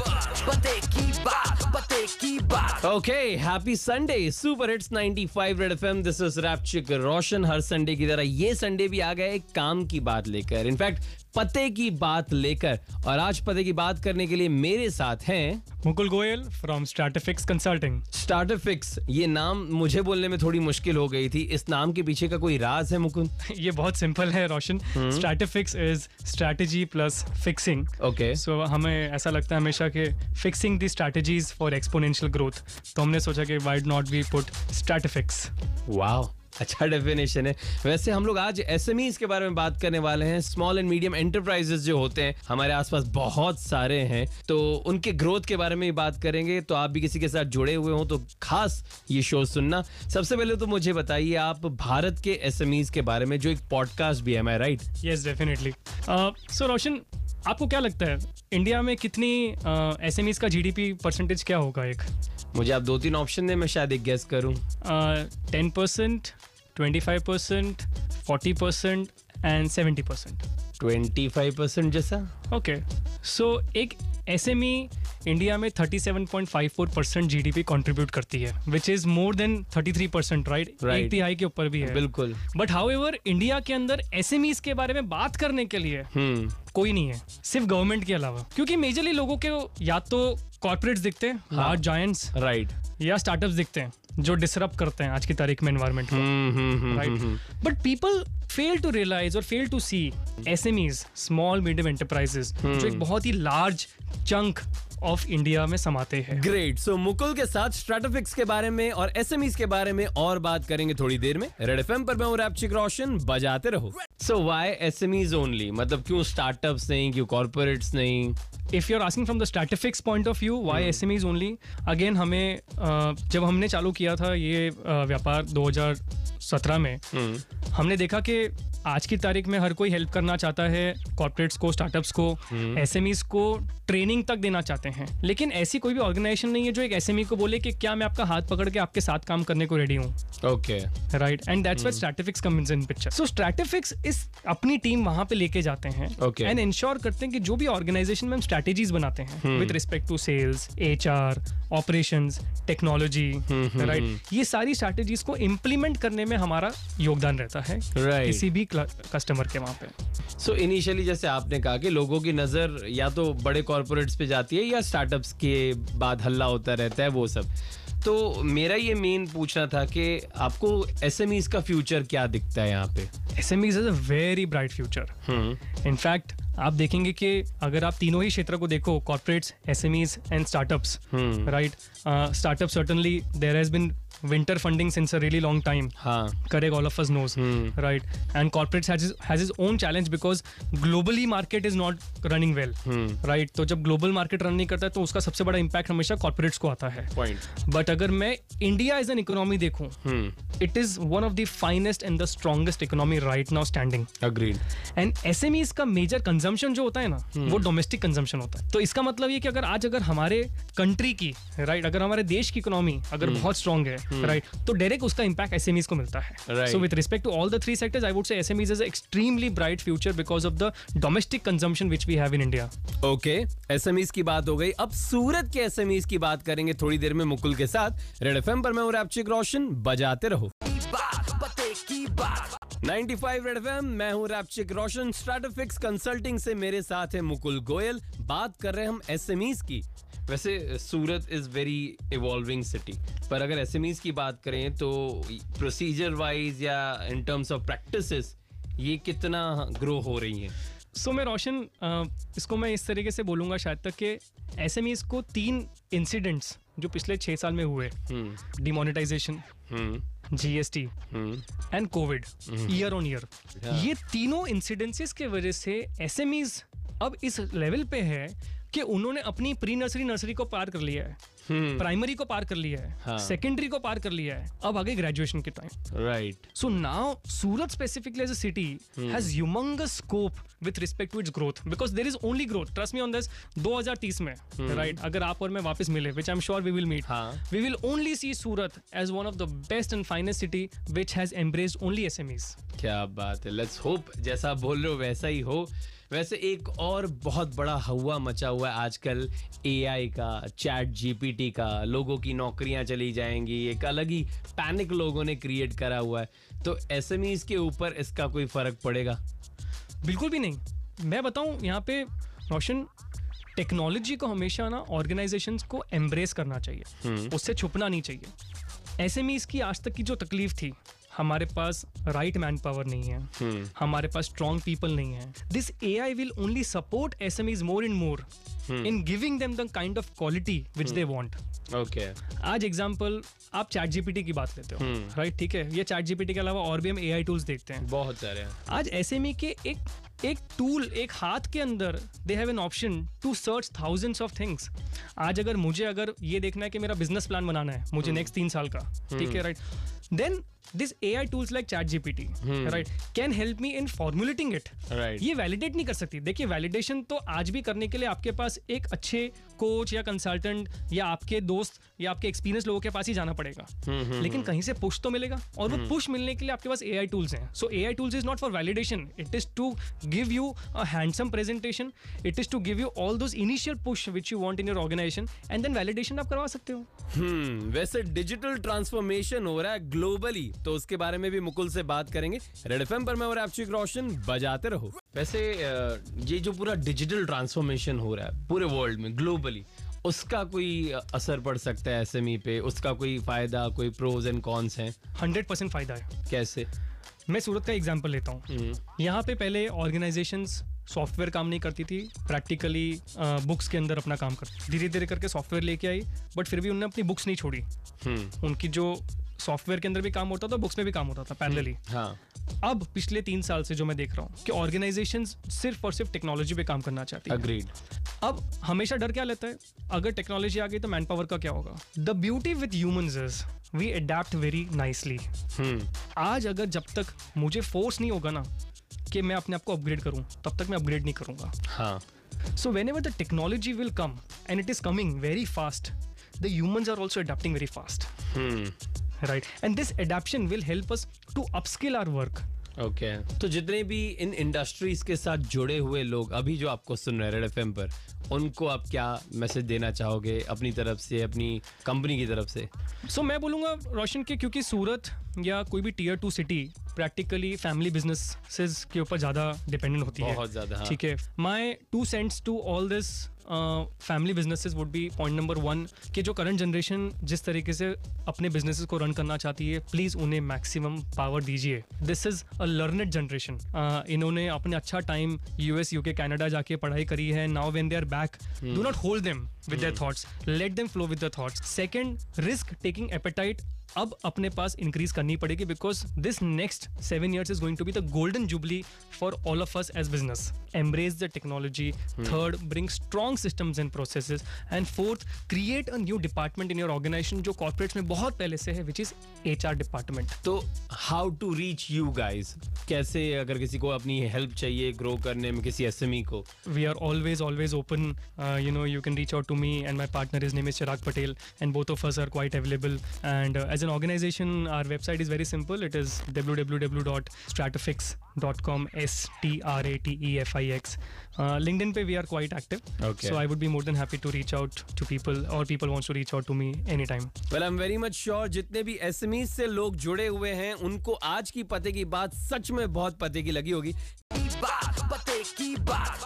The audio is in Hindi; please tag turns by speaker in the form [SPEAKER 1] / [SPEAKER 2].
[SPEAKER 1] पते की बात पते की बात
[SPEAKER 2] okay happy Sunday super hits 95 red FM this is Rapchik Roshan हर संडे की तरह ये संडे भी आ गए एक काम की बात लेकर इनफैक्ट पते की बात लेकर और आज पते की बात करने के लिए मेरे साथ हैं
[SPEAKER 3] Mukul Goyal from Stratefix consulting
[SPEAKER 2] starter fix ये नाम मुझे बोलने में थोड़ी मुश्किल हो गई थी इस नाम के पीछे का कोई राज है मुकुंद
[SPEAKER 3] ये बहुत सिंपल है Roshan Stratifix is strategy plus fixing
[SPEAKER 2] okay
[SPEAKER 3] so हमें ऐसा लगता है हमेशा कि fixing the strategies for exponential growth तो हमने सोचा कि why'd not be put Stratifix
[SPEAKER 2] वाह अच्छा डेफिनेशन है वैसे हम लोग आज एस के बारे में बात करने वाले हैं स्मॉल एंड मीडियम एंटरप्राइजेस जो होते हैं हमारे आसपास बहुत सारे हैं तो उनके ग्रोथ के बारे में भी बात करेंगे तो आप भी किसी के साथ जुड़े हुए हों तो खास ये शो सुनना सबसे पहले तो मुझे बताइए आप भारत के एस के बारे में जो एक पॉडकास्ट भी है मैं right
[SPEAKER 3] yes definitely so Uh, Roshan आपको क्या लगता है इंडिया में कितनी uh, एस एम का जीडीपी परसेंटेज क्या होगा एक
[SPEAKER 2] मुझे आप दो तीन ऑप्शन दें मैं शायद एक गेस करूं
[SPEAKER 3] ten percent twenty five percent forty percent and seventy percent
[SPEAKER 2] 25 percent जैसा
[SPEAKER 3] ओके सो एक एस इंडिया में 37.54 परसेंट जी कंट्रीब्यूट करती है which is more than 33 percent right
[SPEAKER 2] Right.
[SPEAKER 3] एक तिहाई के ऊपर भी है
[SPEAKER 2] बिल्कुल
[SPEAKER 3] बट हाउ इंडिया के अंदर एस के बारे में बात करने के लिए
[SPEAKER 2] हम्म
[SPEAKER 3] कोई नहीं है सिर्फ गवर्नमेंट के अलावा क्योंकि मेजरली लोगों के या तो कॉर्पोरेट्स दिखते हैं
[SPEAKER 2] हाँ।
[SPEAKER 3] लार्ज जायंट्स
[SPEAKER 2] राइट
[SPEAKER 3] या स्टार्टअप्स दिखते हैं जो डिसरप्ट करते हैं आज की तारीख में एनवायरमेंट को
[SPEAKER 2] hmm hmm hmm, hmm
[SPEAKER 3] right? But people fail to realize or fail to see SMEs, small medium enterprises, जो
[SPEAKER 2] हम्म।
[SPEAKER 3] एक बहुत ही large chunk of India में समाते हैं.
[SPEAKER 2] ग्रेट सो मुकुल के साथ स्ट्रेटफिक्स के बारे में और एसएमईस के बारे में और बात करेंगे थोड़ी देर में रेड एफएम पर मैं हूं रैपचिक रोशन बजाते रहो सो व्हाई एसएमईस ओनली मतलब क्यों स्टार्टअप्स नहीं क्यों कॉर्पोरेट्स नहीं
[SPEAKER 3] If you're asking from the statistics point of view, why SMEs only? Again, हमें अ, जब हमने चालू किया था ये अ, व्यापार 2017 में हमने देखा कि आज की तारीख में हर कोई हेल्प करना चाहता है कॉर्पोरेट्स को स्टार्टअप्स को एसएमईज को ट्रेनिंग तक देना चाहते हैं लेकिन ऐसी कोई भी ऑर्गेनाइजेशन नहीं है जो एक एसएमई को बोले कि क्या मैं आपका हाथ पकड़ के आपके साथ काम करने को रेडी हूँ
[SPEAKER 2] okay
[SPEAKER 3] right and that's
[SPEAKER 2] Hmm.
[SPEAKER 3] Where Stratifix comes in picture so Stratifix इस अपनी टीम वहां पे लेके जाते हैं
[SPEAKER 2] Okay.
[SPEAKER 3] एंड इंश्योर करते हैं कि जो भी ऑर्गेनाइजेशन में हम स्ट्रैटेजीज बनाते
[SPEAKER 2] Hmm.
[SPEAKER 3] हैं with respect to sales HR operations technology
[SPEAKER 2] Hmm,
[SPEAKER 3] right ये सारी स्ट्रैटेजीज को इम्प्लीमेंट करने में हमारा योगदान रहता है
[SPEAKER 2] Right.
[SPEAKER 3] किसी भी कस्टमर के वहां पे
[SPEAKER 2] सो इनिशियली जैसे आपने कहा कि लोगों की नजर या तो बड़े कॉर्पोरेट्स पे जाती है या स्टार्टअप्स के बाद हल्ला होता रहता है वो सब तो मेरा ये मेन पूछना था कि आपको एसएमईस का फ्यूचर क्या दिखता है यहाँ पे
[SPEAKER 3] SMEs is a very bright future in fact आप देखेंगे कि अगर आप तीनों ही क्षेत्र को देखो corporates SMEs and startups right startup certainly there has been winter funding since a really long time
[SPEAKER 2] हाँ
[SPEAKER 3] correct all of us knows right and corporates has his, has his own challenge because globally market is not running well right तो जब global market run नहीं करता है तो उसका सबसे बड़ा impact हमेशा corporates को आता है
[SPEAKER 2] पॉइंट
[SPEAKER 3] बट अगर मैं इंडिया एज एन इकोनॉमी देखूं it is one of the finest and the strongest economy right now standing
[SPEAKER 2] agreed
[SPEAKER 3] and S M Es का मेजर कंजम्पशन जो होता है ना वो डोमेस्टिक कंजम्पशन होता है तो इसका मतलब ये कि अगर आज अगर हमारे कंट्री की राइट अगर हमारे देश की इकोनॉमी अगर बहुत स्ट्रांग है राइट तो डायरेक्ट उसका इम्पैक्ट एस एम ईज को मिलता है
[SPEAKER 2] Right.
[SPEAKER 3] So with respect to all the three sectors I would say S M Es is extremely bright future because of the domestic consumption which we have in India
[SPEAKER 2] okay SMEs की बात हो गई अब सूरत के एसएमईस की बात करेंगे थोड़ी देर में मुकुल के साथ रेड एफएम पर मैं हूं रैपचिक रोशन बजाते रहो
[SPEAKER 1] बात पते की बात
[SPEAKER 2] 95 रेड एफएम मैं हूं रैपचिक रोशन स्ट्रैटिफिक्स कंसल्टिंग से मेरे साथ है मुकुल गोयल बात कर रहे हैं हम एसएमईस की वैसे Surat is very evolving city पर अगर एसएमईस की बात करें तो प्रोसीजर वाइज या इन टर्म्स ऑफ प्रैक्टिसेस ये कितना ग्रो हो रही है
[SPEAKER 3] सो मैं रोशन अ, इसको मैं इस तरीके से बोलूंगा शायद तक कि एस एम ईज को तीन इंसिडेंट्स जो पिछले छः साल में हुए
[SPEAKER 2] hmm
[SPEAKER 3] demonetisation
[SPEAKER 2] hmm
[SPEAKER 3] GST
[SPEAKER 2] hmm
[SPEAKER 3] and Covid year on year
[SPEAKER 2] Mm-hmm. Yeah.
[SPEAKER 3] ये तीनों इंसिडेंसेस के वजह से एसएमईज अब इस लेवल पे है कि उन्होंने अपनी प्री नर्सरी नर्सरी को पार कर लिया है प्राइमरी को पार कर लिया है
[SPEAKER 2] Hmm. हाँ।
[SPEAKER 3] सेकेंडरी को पार कर लिया है अब आगे ग्रेजुएशन के time
[SPEAKER 2] right
[SPEAKER 3] So now Surat specifically as a city has humongous scope with respect to its growth because there is only growth. Trust me on this. 2030 में right अगर आप और मैं वापस मिले which I'm sure we will meet.
[SPEAKER 2] हाँ।
[SPEAKER 3] We will only see Surat as one of the best and finest city which has embraced only SMEs.
[SPEAKER 2] क्या बात है लेट्स होप जैसा आप बोल रहे हो वैसा ही हो वैसे एक और बहुत बड़ा हवा मचा हुआ है आजकल एआई का चैट जीपीटी का लोगों की नौकरियां चली जाएंगी एक अलग ही पैनिक लोगों ने क्रिएट करा हुआ है तो एसएमईज के ऊपर इसका कोई फर्क पड़ेगा
[SPEAKER 3] बिल्कुल भी नहीं मैं बताऊं यहाँ पे रोशन टेक्नोलॉजी को हमेशा ना ऑर्गेनाइजेशंस को एम्ब्रेस करना चाहिए उससे छुपना नहीं चाहिए ऐसे में इसकी आज तक की जो तकलीफ थी हमारे पास राइट मैन पावर नहीं है हमारे पास स्ट्रॉन्ग पीपल नहीं है this A I will only support S M Es more and more in giving them the kind of quality which they want
[SPEAKER 2] okay
[SPEAKER 3] आज एग्जाम्पल आप चैट जीपीटी की बात लेते हो राइट ठीक है ये चैट जीपीटी के अलावा और भी हम ए आई टूल्स देखते हैं
[SPEAKER 2] बहुत सारे हैं
[SPEAKER 3] आज ऐसे में के एक एक टूल एक हाथ के अंदर they have an option to search thousands of things आज अगर मुझे अगर ये देखना है कि मेरा बिजनेस प्लान बनाना है मुझे नेक्स्ट तीन साल का ठीक है right then this A I tools like chat GPT right can help me in formulating it
[SPEAKER 2] Right.
[SPEAKER 3] ये वैलिडेट नहीं कर सकती देखिए वैलिडेशन तो आज भी करने के लिए आपके पास एक अच्छे कोच या कंसल्टेंट या आपके दोस्त या आपके एक्सपीरियंस लोगों के पास ही जाना पड़ेगा लेकिन कहीं से पुश तो मिलेगा और वो पुश मिलने के लिए आपके पास ए आई टूल्स हैं so A I tools is not for validation it is to give you a handsome presentation it is to give you all those initial push which you want in your organisation and then validation आप करवा सकते हो
[SPEAKER 2] हम्म वैसे डिजिटल ट्रांसफॉर्मेशन हो रहा है ग्लोबली तो उसके बारे में भी मुकुल से बात करेंगे रेड एफ पर मैं और आपशिक रोशन बजाते रहो वैसे अ, ये जो पूरा डिजिटल ट्रांसफॉर्मेशन हो रहा है पूरे वर्ल्ड में ग्लोबली उसका कोई अ, असर पड़ सकता है एसएमई पे उसका कोई फायदा कोई प्रोज एंड कॉन्स हैं
[SPEAKER 3] हंड्रेड परसेंट फायदा है
[SPEAKER 2] कैसे
[SPEAKER 3] मैं सूरत का एग्जाम्पल लेता हूँ यहाँ पे पहले ऑर्गेनाइजेशन सॉफ्टवेयर काम नहीं करती थी प्रैक्टिकली बुक्स के अंदर अपना काम करती धीरे धीरे करके सॉफ्टवेयर लेके आई बट फिर भी उन्होंने अपनी बुक्स नहीं छोड़ी
[SPEAKER 2] हम्म
[SPEAKER 3] उनकी जो सॉफ्टवेयर के अंदर भी काम होता था बुक्स में भी काम होता था पैरेलली
[SPEAKER 2] हाँ
[SPEAKER 3] अब पिछले तीन साल से जो मैं देख रहा हूँ कि ऑर्गेनाइजेशन सिर्फ और सिर्फ टेक्नोलॉजी पे काम करना चाहती है
[SPEAKER 2] अग्रीड
[SPEAKER 3] अब हमेशा डर क्या लेता है अगर टेक्नोलॉजी आ गई तो मैन पावर का क्या होगा the beauty with humans is we adapt very nicely
[SPEAKER 2] hmm
[SPEAKER 3] आज अगर जब तक मुझे फोर्स नहीं होगा ना कि मैं अपने आप को अपग्रेड करूं तब तक मैं अपग्रेड नहीं करूंगा
[SPEAKER 2] हाँ
[SPEAKER 3] so whenever the technology will come and it is coming very fast the humans are also adapting very fast
[SPEAKER 2] hmm
[SPEAKER 3] right and this adaption will help us to upskill our work
[SPEAKER 2] okay तो जितने भी इन इंडस्ट्रीज के साथ जुड़े हुए लोग अभी जो आपको सुन रहे हैं रेड एफ पर उनको आप क्या मैसेज देना चाहोगे अपनी तरफ से अपनी कंपनी की तरफ से
[SPEAKER 3] सो मैं बोलूँगा रोशन के क्योंकि सूरत या कोई भी tier two city practically family businesses के ऊपर ज़्यादा डिपेंडेंट होती है
[SPEAKER 2] बहुत ज्यादा, हाँ।
[SPEAKER 3] ठीक है my two cents to all this family businesses would be point number one कि जो करंट जनरेशन जिस तरीके से अपने बिजनेसेस को रन करना चाहती है प्लीज़ उन्हें मैक्सिमम पावर दीजिए this is a learned generation इन्होंने अपने अच्छा टाइम यूएस यूके कनाडा जाके पढ़ाई करी है now when they are back do not hold them with their thoughts let them flow with their thoughts second risk taking appetite अब अपने पास इंक्रीज करनी पड़ेगी because this next seven years is going to be the golden jubilee for all of us as business embrace the technology third bring strong systems and processes and fourth create a new department in your organisation जो कॉर्पोरेट्स में बहुत पहले से है which is H R department
[SPEAKER 2] तो how to reach you guys कैसे अगर किसी को अपनी हेल्प चाहिए ग्रो करने में किसी एसएमई को
[SPEAKER 3] we are always always open uh, you know you can reach out to me and my partner his name is chirag patel and both of us are quite available and uh, as an organization our website is very simple it is www.stratefix.com s t r a t e f i x uh, linkedin pe we are quite active
[SPEAKER 2] Okay.
[SPEAKER 3] so i would be more than happy to reach out to people or people wants to reach out to me anytime
[SPEAKER 2] well I am very much sure जितने भी एसएमई से लोग जुड़े हुए हैं उनको आज की पते की बात सच में बहुत पते की लगी होगी
[SPEAKER 1] की बात पते की बात